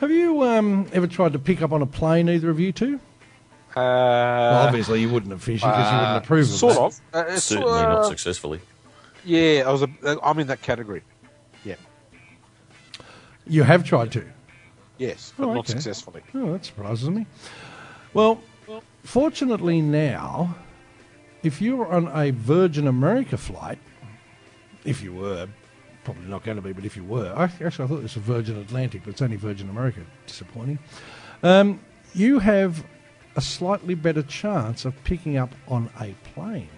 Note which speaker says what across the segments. Speaker 1: Have you um, ever tried to pick up on a plane, either of you two?
Speaker 2: Uh,
Speaker 1: well, obviously, you wouldn't have fishy because you wouldn't have proven
Speaker 2: sort
Speaker 1: that.
Speaker 2: of. Uh, it's,
Speaker 3: Certainly
Speaker 2: uh,
Speaker 3: not successfully.
Speaker 2: Yeah, I was. A, uh, I'm in that category. Yeah.
Speaker 1: You have tried to.
Speaker 2: Yes, but
Speaker 1: Oh,
Speaker 2: not
Speaker 1: okay.
Speaker 2: successfully.
Speaker 1: Oh, that surprises me. Well, fortunately now, if you were on a Virgin America flight, if you were, probably not going to be, but if you were, I, actually I thought this was Virgin Atlantic, but it's only Virgin America. Disappointing. Um, you have a slightly better chance of picking up on a plane.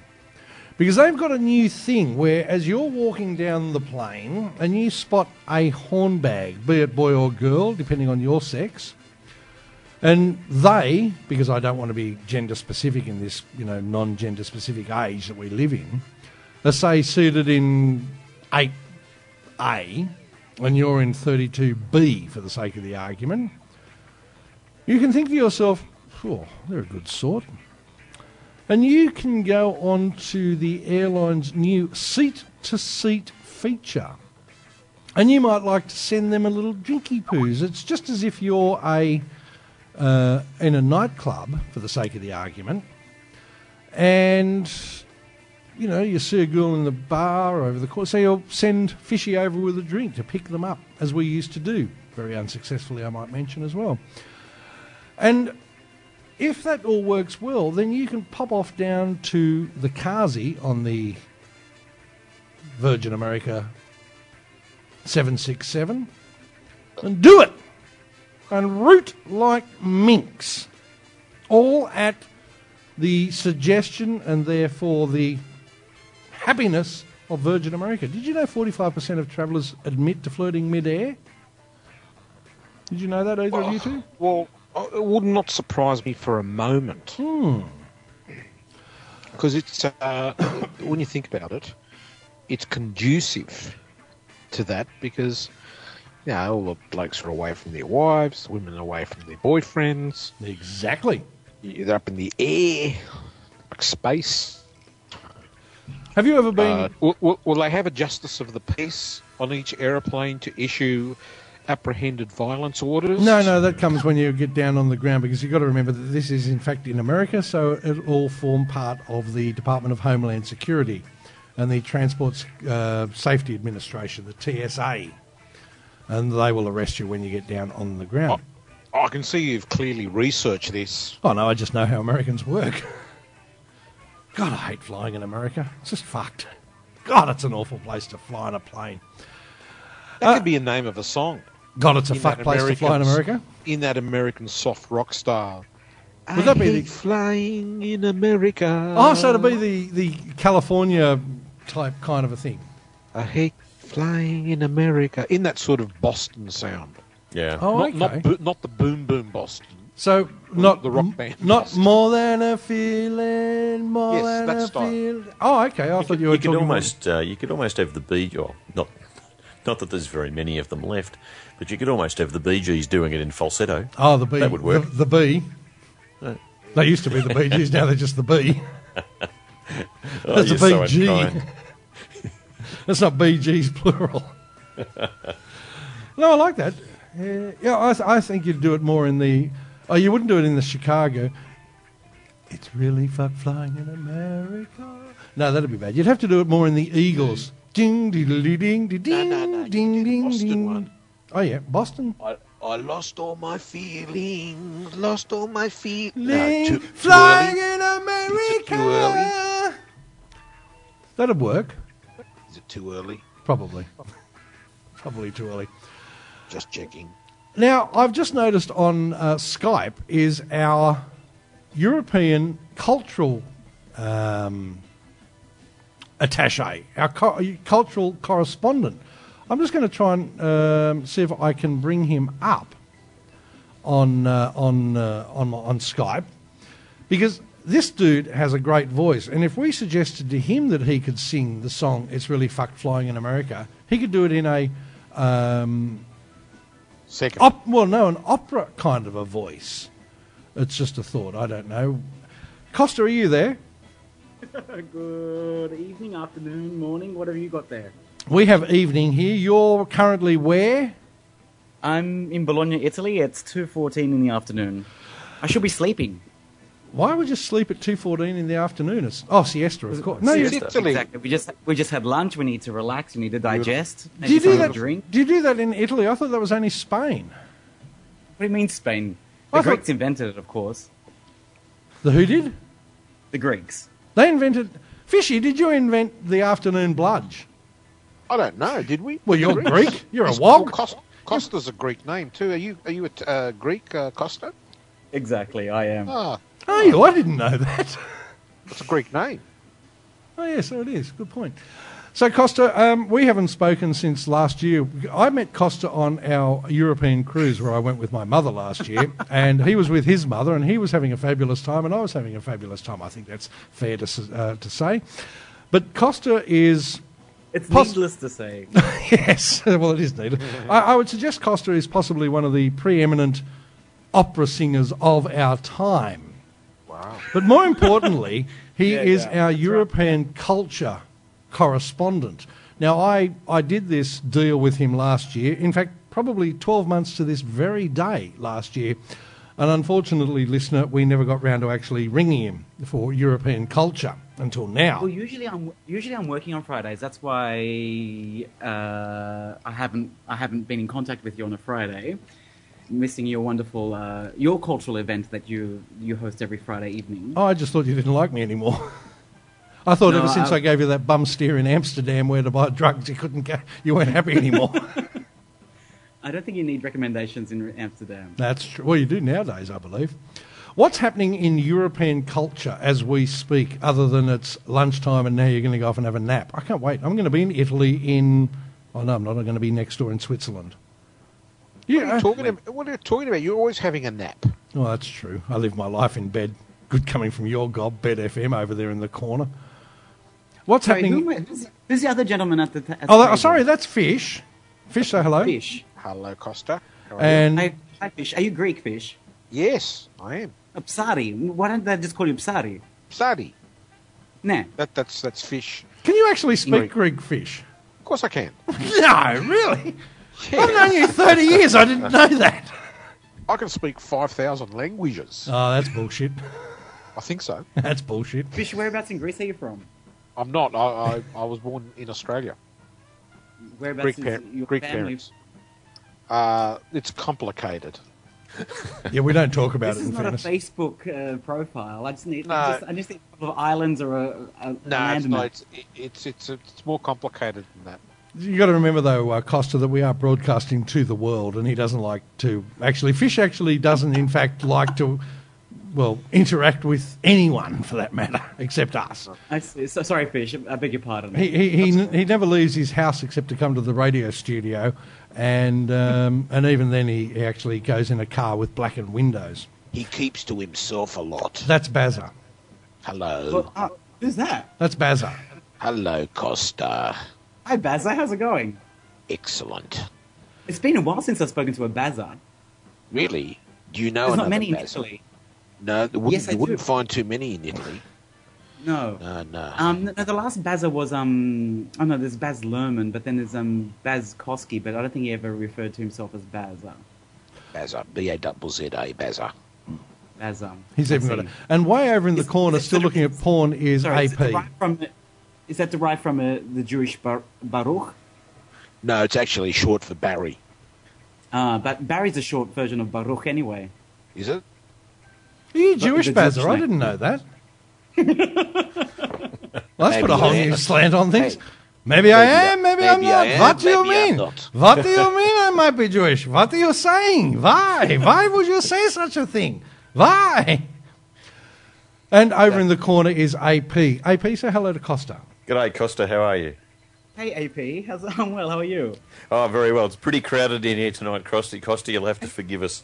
Speaker 1: Because they've got a new thing where, as you're walking down the plane and you spot a hornbag, be it boy or girl, depending on your sex, and they, because I don't want to be gender specific in this, you know, non gender specific age that we live in, are say suited in 8A and you're in 32B for the sake of the argument, you can think to yourself, oh, they're a good sort. And you can go on to the airline's new seat to seat feature. And you might like to send them a little drinky poos. It's just as if you're a uh, in a nightclub, for the sake of the argument, and you know you see a girl in the bar over the course, so you'll send fishy over with a drink to pick them up, as we used to do, very unsuccessfully, I might mention as well. And if that all works well, then you can pop off down to the Kazi on the Virgin America 767 and do it and root like minks, all at the suggestion and therefore the happiness of Virgin America. Did you know 45% of travellers admit to flirting mid-air? Did you know that, either of you two?
Speaker 2: Well, uh, it would not surprise me for a moment.
Speaker 1: Hmm.
Speaker 2: Because it's uh, when you think about it, it's conducive to that because you know all the blokes are away from their wives, women are away from their boyfriends.
Speaker 1: Exactly.
Speaker 2: They're up in the air, like space.
Speaker 1: Have you ever been...
Speaker 2: Uh, will, will, will they have a justice of the peace on each aeroplane to issue apprehended violence orders?
Speaker 1: No, no, that comes when you get down on the ground because you've got to remember that this is, in fact, in America, so it all form part of the Department of Homeland Security and the Transport uh, Safety Administration, the TSA. And they will arrest you when you get down on the ground.
Speaker 2: Oh, I can see you've clearly researched this.
Speaker 1: Oh, no, I just know how Americans work. God, I hate flying in America. It's just fucked. God, it's an awful place to fly in a plane.
Speaker 2: That could be a name of a song.
Speaker 1: God, it's a
Speaker 2: In
Speaker 1: fucked
Speaker 2: that
Speaker 1: Uh, place to fly in
Speaker 2: Americans-
Speaker 1: America.
Speaker 2: In that American soft rock style.
Speaker 1: Would that be the-
Speaker 2: flying in America?
Speaker 1: Oh, so to be the, the California type kind of a thing.
Speaker 2: I hate flying in America. In that sort of Boston sound.
Speaker 3: Yeah.
Speaker 1: Oh,
Speaker 2: not,
Speaker 1: okay.
Speaker 2: not, bo- not the boom boom Boston.
Speaker 1: So not
Speaker 2: the rock
Speaker 1: m-
Speaker 2: band.
Speaker 1: Not more than a feeling, more
Speaker 2: Yes,
Speaker 1: than
Speaker 2: that
Speaker 1: a
Speaker 2: style.
Speaker 1: feeling. Oh, okay. I thought you were
Speaker 3: You could
Speaker 1: talking about-
Speaker 3: almost uh, you could almost have the Bee well, not not that there's very many of them left, but you could almost have the Bee Gees doing it in falsetto.
Speaker 1: Oh, the bee.
Speaker 3: That would work.
Speaker 1: The, the bee. They used to be the Bee Gees. Now they're just the bee.
Speaker 3: Oh,
Speaker 1: That's
Speaker 3: you're
Speaker 1: a
Speaker 3: so
Speaker 1: big G.
Speaker 3: unkind.
Speaker 1: That's not BGs plural. no, I like that. Yeah, yeah I, th- I think you'd do it more in the. Oh, you wouldn't do it in the Chicago. It's really fuck flying in America. No, that'd be bad. You'd have to do it more in the Eagles. Ding, diddly, ding, ding, ding,
Speaker 2: no, no, you
Speaker 1: ding,
Speaker 2: did the
Speaker 1: ding,
Speaker 2: Boston
Speaker 1: ding.
Speaker 2: one.
Speaker 1: Oh yeah, Boston.
Speaker 2: I, I lost all my feelings, lost all my feelings.
Speaker 1: Ling, flying in America.
Speaker 2: too early?
Speaker 1: That'd work,
Speaker 2: Is it too early?
Speaker 1: probably. probably too early.
Speaker 2: Just checking.
Speaker 1: Now, I've just noticed on uh, Skype is our European cultural um, attache, our co- cultural correspondent. I'm just going to try and um, see if I can bring him up on uh, on uh, on on Skype because this dude has a great voice, and if we suggested to him that he could sing the song "It's Really Fucked Flying in America," he could do it in a uh,
Speaker 2: Second.
Speaker 1: op- well, no, an opera kind of a voice. It's just a thought. I don't know. Costa, are you there?
Speaker 4: Uh, Good evening, afternoon, morning. What have you got there?
Speaker 1: We have evening here. You're currently where?
Speaker 4: I'm in Bologna, Italy. It's 2.14 in the afternoon. I should be sleeping.
Speaker 1: Why would you sleep at two fourteen in the afternoon? It's oh siesta, of course. No, you,
Speaker 3: Siesta.
Speaker 2: Italy.
Speaker 4: Exactly. We just, we just had lunch. We need to relax. We need to digest.
Speaker 1: do you
Speaker 4: maybe
Speaker 1: do
Speaker 4: something
Speaker 1: that?
Speaker 4: to Drink.
Speaker 1: Do you do that in Italy? I thought that was only Spain.
Speaker 4: What do you mean Spain?
Speaker 1: I
Speaker 4: The
Speaker 1: thought-
Speaker 4: Greeks invented it, of course.
Speaker 1: The who did?
Speaker 4: The Greeks.
Speaker 1: They invented. Fishy, did you invent the afternoon bludge?
Speaker 2: I don't know. Did we?
Speaker 1: Well, you're
Speaker 2: Greeks.
Speaker 1: Greek. You're a
Speaker 2: Is-
Speaker 1: wog.
Speaker 2: well, Cos- Costa's a Greek name too. Are you? Are you a t- uh, Greek uh, Costa?
Speaker 4: Exactly, I am.
Speaker 2: Ah,
Speaker 1: Oh, you- I didn't know that.
Speaker 2: it's a Greek name.
Speaker 1: Oh, yeah, so it is. Good point. So, Costa, um, we haven't spoken since last year. I met Costa on our European cruise where I went with my mother last year, and he was with his mother, and he was having a fabulous time, and I was having a fabulous time. I think that's fair to, s- uh, to say. But Costa is
Speaker 4: It's
Speaker 1: Poss-
Speaker 4: needless to say.
Speaker 1: yes, well, it is needed. I, I would suggest Costa is possibly one of the preeminent opera singers of our time.
Speaker 2: Wow.
Speaker 1: But more importantly, he
Speaker 4: Yeah,
Speaker 1: is
Speaker 4: yeah,
Speaker 1: our
Speaker 4: that's right.
Speaker 1: European culture correspondent. Now, I, I did this deal with him last year. In fact, probably 12 months to this very day last year. And unfortunately, listener, we never got round to actually ringing him for European culture until now.
Speaker 4: Well, Oh, usually I'm usually I'm working on Fridays. That's why uh, I haven't I haven't been in contact with you on a Friday, missing your wonderful uh, your cultural event that you you host every Friday evening.
Speaker 1: Oh, I just thought you didn't like me anymore. I thought
Speaker 4: No,
Speaker 1: ever since I,
Speaker 4: I-
Speaker 1: gave you that bum steer in Amsterdam where to buy drugs, you couldn't go, you weren't happy anymore.
Speaker 4: I don't think you need recommendations in Amsterdam.
Speaker 1: That's true. Well, you do nowadays, I believe. What's happening in European culture as we speak, other than it's lunchtime and now you're going to go off and have a nap? I can't wait. I'm going to be in Italy in. Oh, no, I'm not. I'm going to be next door in Switzerland.
Speaker 2: What are you talking about? What are you talking about? You're always having a nap.
Speaker 1: Well, that's true. I live my life in bed. Good coming from your gob, Bed FM over there in the corner. What's
Speaker 4: Sorry, who
Speaker 1: happening?
Speaker 4: am I- who's, who's the other gentleman at the? ta- At
Speaker 1: Oh, that, oh,
Speaker 4: the table?
Speaker 1: sorry, that's fish. Fish, say hello.
Speaker 4: fish.
Speaker 2: Hello, Costa. How are you?
Speaker 1: And
Speaker 4: Hi, hi, fish. Are you Greek, fish?
Speaker 2: yes, I am.
Speaker 4: Upsari. Why don't they just call you Upsari?
Speaker 2: Sadi.
Speaker 4: Nah.
Speaker 2: That that's that's fish.
Speaker 1: can you actually speak
Speaker 2: Greek.
Speaker 1: Greek fish?
Speaker 2: Of course I can.
Speaker 1: No, really.
Speaker 2: Yeah.
Speaker 1: I've known you thirty years. I didn't know that.
Speaker 2: I can speak five thousand languages.
Speaker 1: Oh, that's bullshit.
Speaker 2: I think so.
Speaker 1: That's bullshit.
Speaker 4: Fish, whereabouts in Greece are you from?
Speaker 2: I'm not. I, I, I was born in Australia.
Speaker 4: Whereabouts
Speaker 2: Greek,
Speaker 4: is
Speaker 2: par-
Speaker 4: your
Speaker 2: Greek
Speaker 4: family?
Speaker 2: parents. Uh, it's complicated.
Speaker 1: Yeah, we don't talk about
Speaker 4: This
Speaker 1: it
Speaker 4: is
Speaker 1: in
Speaker 4: not
Speaker 1: fairness.
Speaker 4: a Facebook uh, profile. I just need.
Speaker 2: No.
Speaker 4: I, just, I just need a couple of islands or a, a a
Speaker 2: No, it's,
Speaker 4: landmass.
Speaker 2: not, it's, it- it's it's it's more complicated than that.
Speaker 1: You got to remember though, uh, Costa, that we are broadcasting to the world, and he doesn't like to actually. Fish actually doesn't, in fact, like to, well, interact with anyone for that matter, except us.
Speaker 4: I see. So, sorry, fish. I beg your pardon.
Speaker 1: He he, he, he never leaves his house except to come to the radio studio, and um, and even then he, he actually goes in a car with blackened windows.
Speaker 2: He keeps to himself a lot.
Speaker 1: That's Bazza.
Speaker 2: Hello,
Speaker 4: Well, uh, who's that?
Speaker 1: That's Bazza.
Speaker 2: hello, Costa.
Speaker 4: Hi, Baza. How's it going?
Speaker 2: Excellent.
Speaker 4: It's been a while since I've spoken to a Baza.
Speaker 2: Really? Do you know
Speaker 4: There's
Speaker 2: another
Speaker 4: not many in
Speaker 2: Basil?
Speaker 4: Italy.
Speaker 2: No, there wouldn't,
Speaker 4: Yes, I
Speaker 2: you wouldn't
Speaker 4: do.
Speaker 2: find too many in Italy.
Speaker 4: No.
Speaker 2: No, no.
Speaker 4: Um, no, the last Baza was um. Oh no, there's Baz Luhrmann, but then there's um Baz Koski, but I don't think he ever referred to himself as Baza.
Speaker 2: Baza, B A double Z A Baza.
Speaker 4: Baza.
Speaker 1: He's
Speaker 4: I
Speaker 1: even got
Speaker 4: see.
Speaker 1: it. And way over in the
Speaker 4: Is-
Speaker 1: corner,
Speaker 4: is it
Speaker 1: still
Speaker 4: sort of-
Speaker 1: looking at porn, is
Speaker 4: Sorry, Is, it
Speaker 1: AP.
Speaker 4: derived from, is that derived from uh, the Jewish bar- Baruch?
Speaker 2: No, it's actually short for Barry.
Speaker 4: Uh, but Barry's a short version of Baruch anyway.
Speaker 2: Is it?
Speaker 1: Are you
Speaker 4: the-
Speaker 1: Jewish,
Speaker 4: the
Speaker 1: Bazza?
Speaker 4: Jewish
Speaker 1: I
Speaker 4: name.
Speaker 1: didn't know that. well, that's put a
Speaker 2: Maybe
Speaker 1: whole
Speaker 2: I am.
Speaker 1: new slant on things.
Speaker 2: Hey.
Speaker 1: Maybe I
Speaker 2: Maybe I-
Speaker 1: am, maybe I'm
Speaker 2: maybe
Speaker 1: not.
Speaker 2: I am,
Speaker 1: what do you
Speaker 2: maybe I'm
Speaker 1: mean?
Speaker 2: not.
Speaker 1: What do you mean I might be Jewish? What are you saying? Why? Why would you say such a thing? Why? And over in the corner is AP. AP, say hello to Costa.
Speaker 3: G'day, Costa. How are you?
Speaker 4: Hey AP, how's I'm well. How are you?
Speaker 3: Oh, very well. It's pretty crowded in here tonight, Costa. Costa, you'll have to forgive us.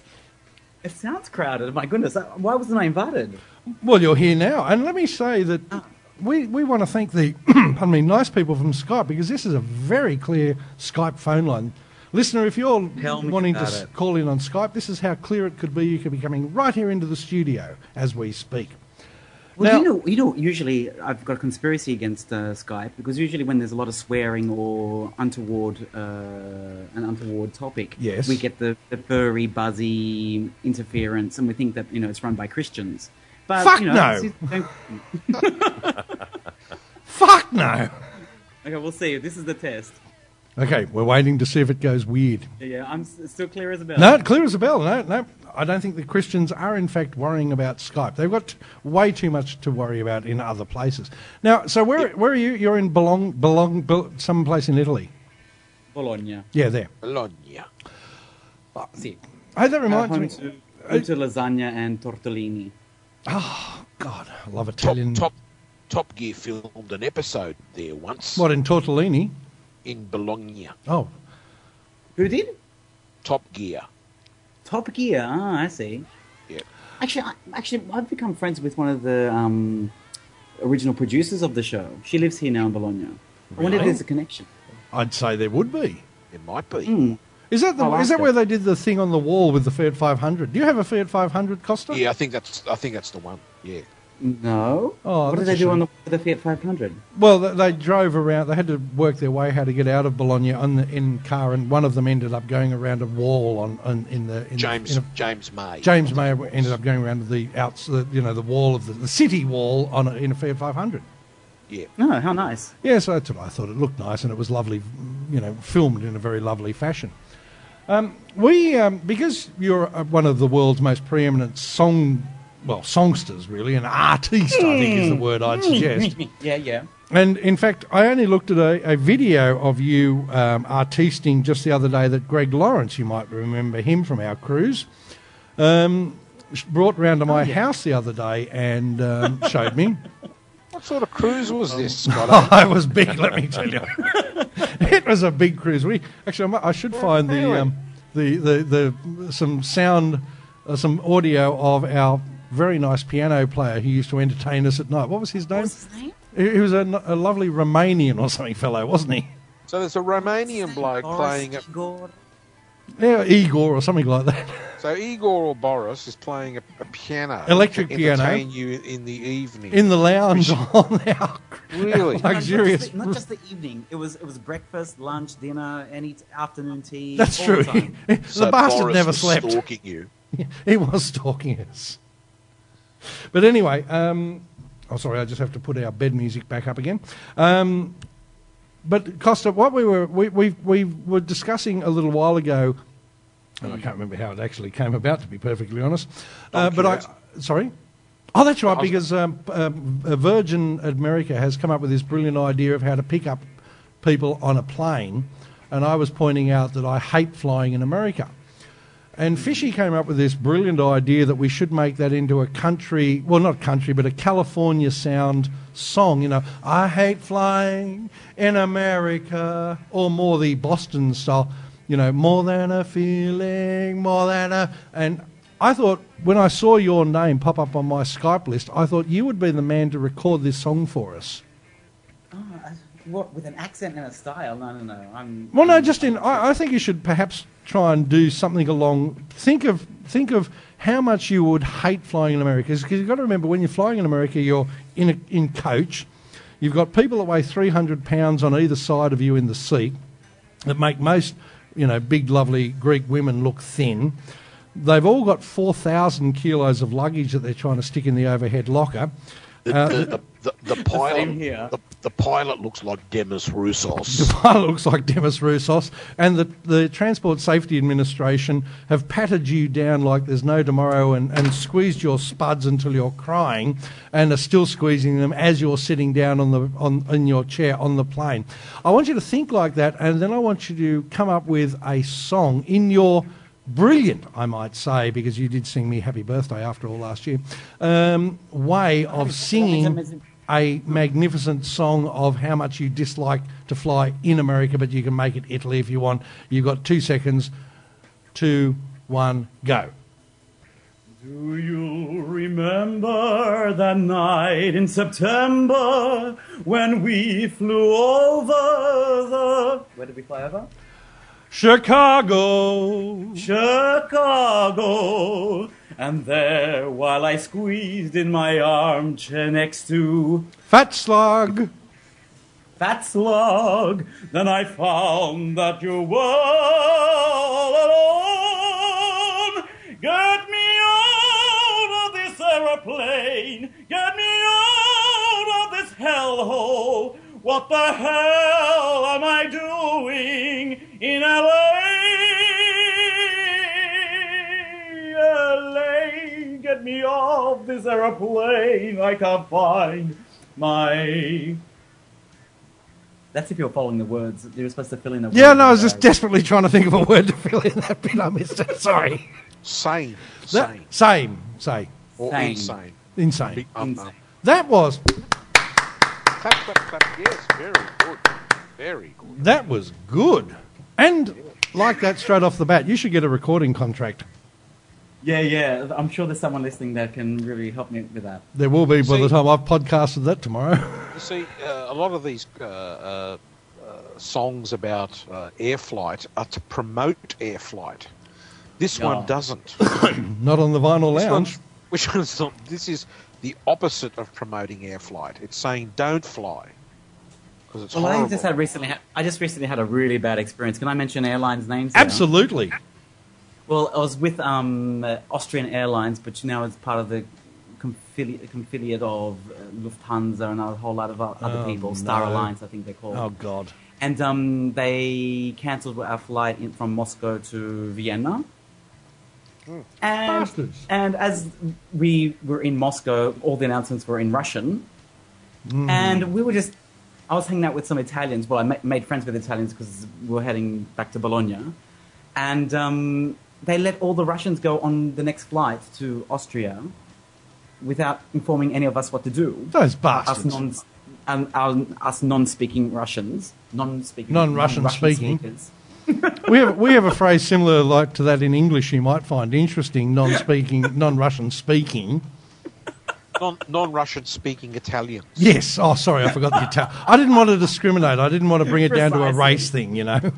Speaker 4: It sounds crowded. My goodness, I- why wasn't I invited?
Speaker 1: Well, you're here now, and let me say that
Speaker 4: Ah.
Speaker 1: we, we want to thank the pardon me, nice people from Skype because this is a very clear Skype phone line. Listener, if you're
Speaker 4: Tell me
Speaker 1: wanting to
Speaker 4: about
Speaker 1: s-
Speaker 4: it.
Speaker 1: call in on Skype, this is how clear it could be. You could be coming right here into the studio as we speak.
Speaker 4: Well,
Speaker 1: Now-
Speaker 4: you know, you know, usually I've got a conspiracy against uh, Skype because usually when there's a lot of swearing or untoward, uh, an untoward topic,
Speaker 1: Yes.
Speaker 4: we get the, the furry, buzzy interference, and we think that you know it's run by Christians. But
Speaker 1: Fuck
Speaker 4: you know,
Speaker 1: no.
Speaker 4: it's- don't-
Speaker 1: Fuck no.
Speaker 4: okay, we'll see. This is the test.
Speaker 1: Okay, we're waiting to see if it goes weird.
Speaker 4: Yeah, I'm s- still clear as a bell.
Speaker 1: No, clear as a bell. No, no. I don't think the Christians are, in fact, worrying about Skype. They've got way too much to worry about in other places. Now, so where, where are you? You're in Belong, Belong, Bel- someplace in Italy.
Speaker 4: Bologna.
Speaker 1: Yeah, there.
Speaker 2: Bologna.
Speaker 4: See,
Speaker 1: Oh, that
Speaker 4: uh,
Speaker 1: reminds
Speaker 4: home
Speaker 1: me.
Speaker 4: to, home to lasagna and tortellini.
Speaker 1: God, I love
Speaker 2: Top,
Speaker 1: Italian.
Speaker 2: top, top Gear filmed an episode there once
Speaker 1: What, in tortellini?
Speaker 2: in Bologna.
Speaker 1: Oh,
Speaker 4: Who did?
Speaker 2: Top Gear.
Speaker 4: Top Gear. Ah, I see.
Speaker 2: Yeah.
Speaker 4: Actually, I, actually, I've become friends with one of the um, original producers of the show. She lives here now in Bologna. I wonder if
Speaker 1: Really?
Speaker 4: there's a connection.
Speaker 1: I'd say there would be.
Speaker 2: It might be.
Speaker 4: Hmm.
Speaker 1: Is that, the,
Speaker 4: I'll
Speaker 1: is
Speaker 4: ask
Speaker 1: that
Speaker 4: her.
Speaker 1: where they did the thing on the wall with the Fiat 500? Do you have a Fiat 500, Costa?
Speaker 2: Yeah, I think that's I think that's the one. Yeah.
Speaker 4: No.
Speaker 1: Oh,
Speaker 4: what did they
Speaker 1: that's
Speaker 4: do
Speaker 1: a
Speaker 4: on the, the Fiat 500?
Speaker 1: Well, th- they drove around. They had to work their way how to get out of Bologna on the, in car, and one of them ended up going around a wall on, on in the in
Speaker 2: James
Speaker 1: The, in a-
Speaker 2: James May.
Speaker 1: James May ended up going around the outs, the, you know, the wall of the, the city wall on a, in a Fiat 500.
Speaker 2: Yeah.
Speaker 4: No, Oh, how nice.
Speaker 1: Yeah, so that's what I thought. It looked nice, and it was lovely, you know, filmed in a very lovely fashion. Um, we, um, because you're uh, one of the world's most preeminent song, well, songsters really, and artiste, I think is the word I'd suggest.
Speaker 4: yeah, yeah.
Speaker 1: And in fact, I only looked at a, a video of you um, artisting just the other day that Greg Lawrence, you might remember him from our cruise, um, sh- brought round to my house the other day and um, showed me.
Speaker 2: What sort of cruise was this,
Speaker 4: Um,
Speaker 1: Oh,
Speaker 2: Scott?
Speaker 1: it was big, let me tell you. it was a big cruise. We actually, I mu- I should find the, um, the, the the some sound, uh, some audio of our very nice piano player who used to entertain us at night. What was his name?
Speaker 5: What's his name?
Speaker 1: He he was a, n- a lovely Romanian or something fellow, wasn't he?
Speaker 2: so there's a Romanian bloke playing a,
Speaker 1: Yeah, Igor or something like that.
Speaker 2: so Igor or Boris is playing a, a piano.
Speaker 1: Electric
Speaker 2: to
Speaker 1: piano.
Speaker 2: Entertain you in the evening.
Speaker 1: In the lounge on our
Speaker 2: Really?
Speaker 1: our luxurious.
Speaker 4: Not just, the, not just the evening. It was it was breakfast, lunch, dinner, any t- afternoon tea.
Speaker 1: That's
Speaker 4: all
Speaker 1: true.
Speaker 4: The time.
Speaker 1: the
Speaker 2: so
Speaker 1: bastard
Speaker 2: Boris
Speaker 1: never
Speaker 2: was
Speaker 1: slept.
Speaker 2: Stalking you.
Speaker 1: he was stalking us. But anyway, um, oh sorry, I just have to put our bed music back up again. Um, but Costa, what we were we, we we were discussing a little while ago, and I can't remember how it actually came about, to be perfectly honest. Uh, but I sorry. Oh, that's right, because um, um, uh, Virgin America has come up with this brilliant idea of how to pick up people on a plane, and I was pointing out that I hate flying in America. And Fishy came up with this brilliant idea that we should make that into a country, well, not country, but a California sound song. You know, I hate flying in America, or more the Boston style, you know, more than a feeling, more than a. And I thought when I saw your name pop up on my Skype list, I thought you would be the man to record this song for us.
Speaker 4: Ah, What with an accent and a style? No, no, no. I'm
Speaker 1: Well, no, just in. I, I think you should perhaps try and do something along. Think of think of how much you would hate flying in America because you've got to remember when you're flying in America, you're in a, in coach. You've got people that weigh 300 pounds on either side of you in the seat that make most, you know, big, lovely Greek women look thin. They've all got 4,000 kilos of luggage that they're trying to stick in the overhead locker.
Speaker 2: The, the, the, the, the
Speaker 4: same
Speaker 2: pilot.
Speaker 4: here.
Speaker 2: The, the pilot looks like Demis Roussos.
Speaker 1: Depart looks like Demis Roussos, and the, the Transport Safety Administration have patted you down like there's no tomorrow and, and squeezed your spuds until you're crying and are still squeezing them as you're sitting down on the, on, in your chair on the plane. I want you to think like that, and then I want you to come up with a song in your brilliant, I might say, because you did sing me Happy Birthday after all last year, um, way of singing a magnificent song of how much you dislike to fly in America, but you can make it Italy if you want. You've got two seconds. Two, one, go.
Speaker 6: Do you remember that night in September when we flew over
Speaker 4: Where did we fly over?
Speaker 1: Chicago.
Speaker 6: the Chicago And there, while I squeezed in my armchair next to
Speaker 1: Fat slug.
Speaker 6: Fat Slug, then I found that you were all alone. Get me out of this aeroplane. Get me out of this hellhole. What the hell am I doing in LA? LA, get me off this aeroplane. I can't find my
Speaker 4: That's if you're following the words. You were supposed to fill in a
Speaker 1: Yeah,
Speaker 4: word
Speaker 1: no, I was
Speaker 4: there.
Speaker 1: just desperately trying to think of a word to fill in that bit. I missed it. Sorry.
Speaker 2: Sane.
Speaker 1: That-
Speaker 2: Sane.
Speaker 1: same. Same.
Speaker 2: Or
Speaker 4: Sane.
Speaker 2: insane. Um,
Speaker 1: Insane.
Speaker 2: Big up,
Speaker 4: Insane.
Speaker 2: up.
Speaker 1: That was
Speaker 2: Clap, clap, clap. Yes, very good. Very good.
Speaker 1: that was good. And like that straight off the bat, you should get a recording contract.
Speaker 4: Yeah, yeah. I'm sure there's someone listening that can really help me with that.
Speaker 1: There will be by the
Speaker 2: See-
Speaker 1: time I've podcasted that tomorrow.
Speaker 2: You see, uh, a lot of these uh, uh, uh, songs about uh, air flight are to promote air flight. This
Speaker 4: Yeah.
Speaker 2: one doesn't.
Speaker 1: Not on the vinyl
Speaker 2: This
Speaker 1: lounge.
Speaker 2: one- Which one's not? This is the opposite of promoting air flight. It's saying don't fly because it's
Speaker 4: Well,
Speaker 2: horrible.
Speaker 4: I just had recently. Ha- I just recently had a really bad experience. Can I mention airlines names? now?
Speaker 1: Absolutely.
Speaker 4: Well, I was with um, uh, Austrian Airlines, but now it's part of the confili- confiliate of uh, Lufthansa and a whole lot of o- other
Speaker 1: Oh,
Speaker 4: people. Star
Speaker 1: no.
Speaker 4: Alliance, I think they're called.
Speaker 1: Oh God.
Speaker 4: And um, they cancelled our flight in, from Moscow to Vienna. And,
Speaker 1: Bastards.
Speaker 4: and as we were in Moscow, all the announcements were in Russian. And we were just, I was hanging out with some Italians. Well, I ma- made friends with Italians because we were heading back to Bologna. And um, they let all the Russians go on the next flight to Austria without informing any of us what to do
Speaker 1: Those
Speaker 4: us
Speaker 1: bastards.
Speaker 4: non um, our, us non-speaking Russians, non-speaking
Speaker 1: Non-Russian
Speaker 4: non-Russian
Speaker 1: speaking.
Speaker 4: speakers.
Speaker 1: we have we have a phrase similar like to that in English. You might find interesting. Non-speaking, non-Russian speaking.
Speaker 2: non, non-Russian speaking Italians.
Speaker 1: Yes. Oh, sorry, I forgot the Italian. I didn't want to discriminate. I didn't want to bring it down to a
Speaker 4: Precisely.
Speaker 1: race thing. You know.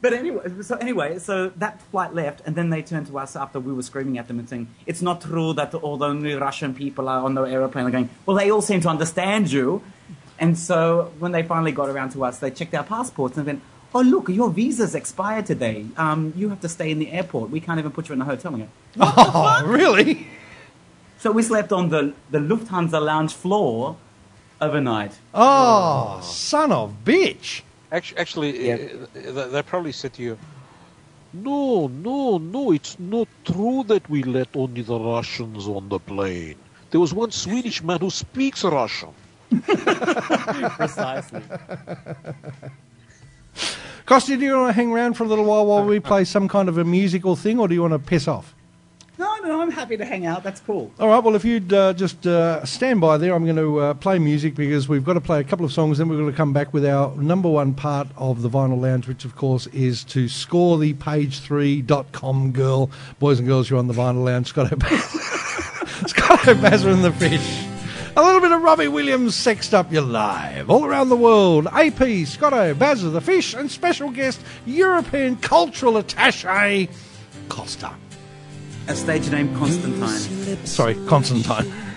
Speaker 4: But anyway, so anyway, so that flight left, and then they turned to us after we were screaming at them and saying, "It's not true that all the only Russian people are on the aeroplane." They're going, "Well, they all seem to understand you." And so when they finally got around to us, they checked our passports and went, "Oh, look, your visa's expired today. Um, you have to stay in the airport. We can't even put you in a hotel." And I go,
Speaker 1: Oh, really?
Speaker 4: So we slept on the, the Lufthansa lounge floor overnight.
Speaker 1: Oh, son of bitch.
Speaker 2: Actually, actually
Speaker 4: Yeah.
Speaker 2: uh, they, they probably said to you, "No, no, no! It's not true that we let only the Russians on the plane. There was one Swedish man who speaks Russian."
Speaker 4: Precisely.
Speaker 1: Costa, do you want to hang around for a little while while we play some kind of a musical thing, or do you want to piss off?
Speaker 4: No, no, I'm happy to hang out. That's cool.
Speaker 1: All right, well, if you'd uh, just uh, stand by there, I'm going to uh, play music because we've got to play a couple of songs, then we're going to come back with our number one part of the Vinyl Lounge, which, of course, is to score the page3.com girl. Boys and girls, you're on the Vinyl Lounge. Scott O'Baz- Scott O'Bazza and the Fish. A little bit of Robbie Williams sexed up you live all around the world. AP, Scotto, Bazza, the Fish, and special guest, European cultural attaché, Costa.
Speaker 4: A stage name Constantine.
Speaker 1: Sorry, Constantine.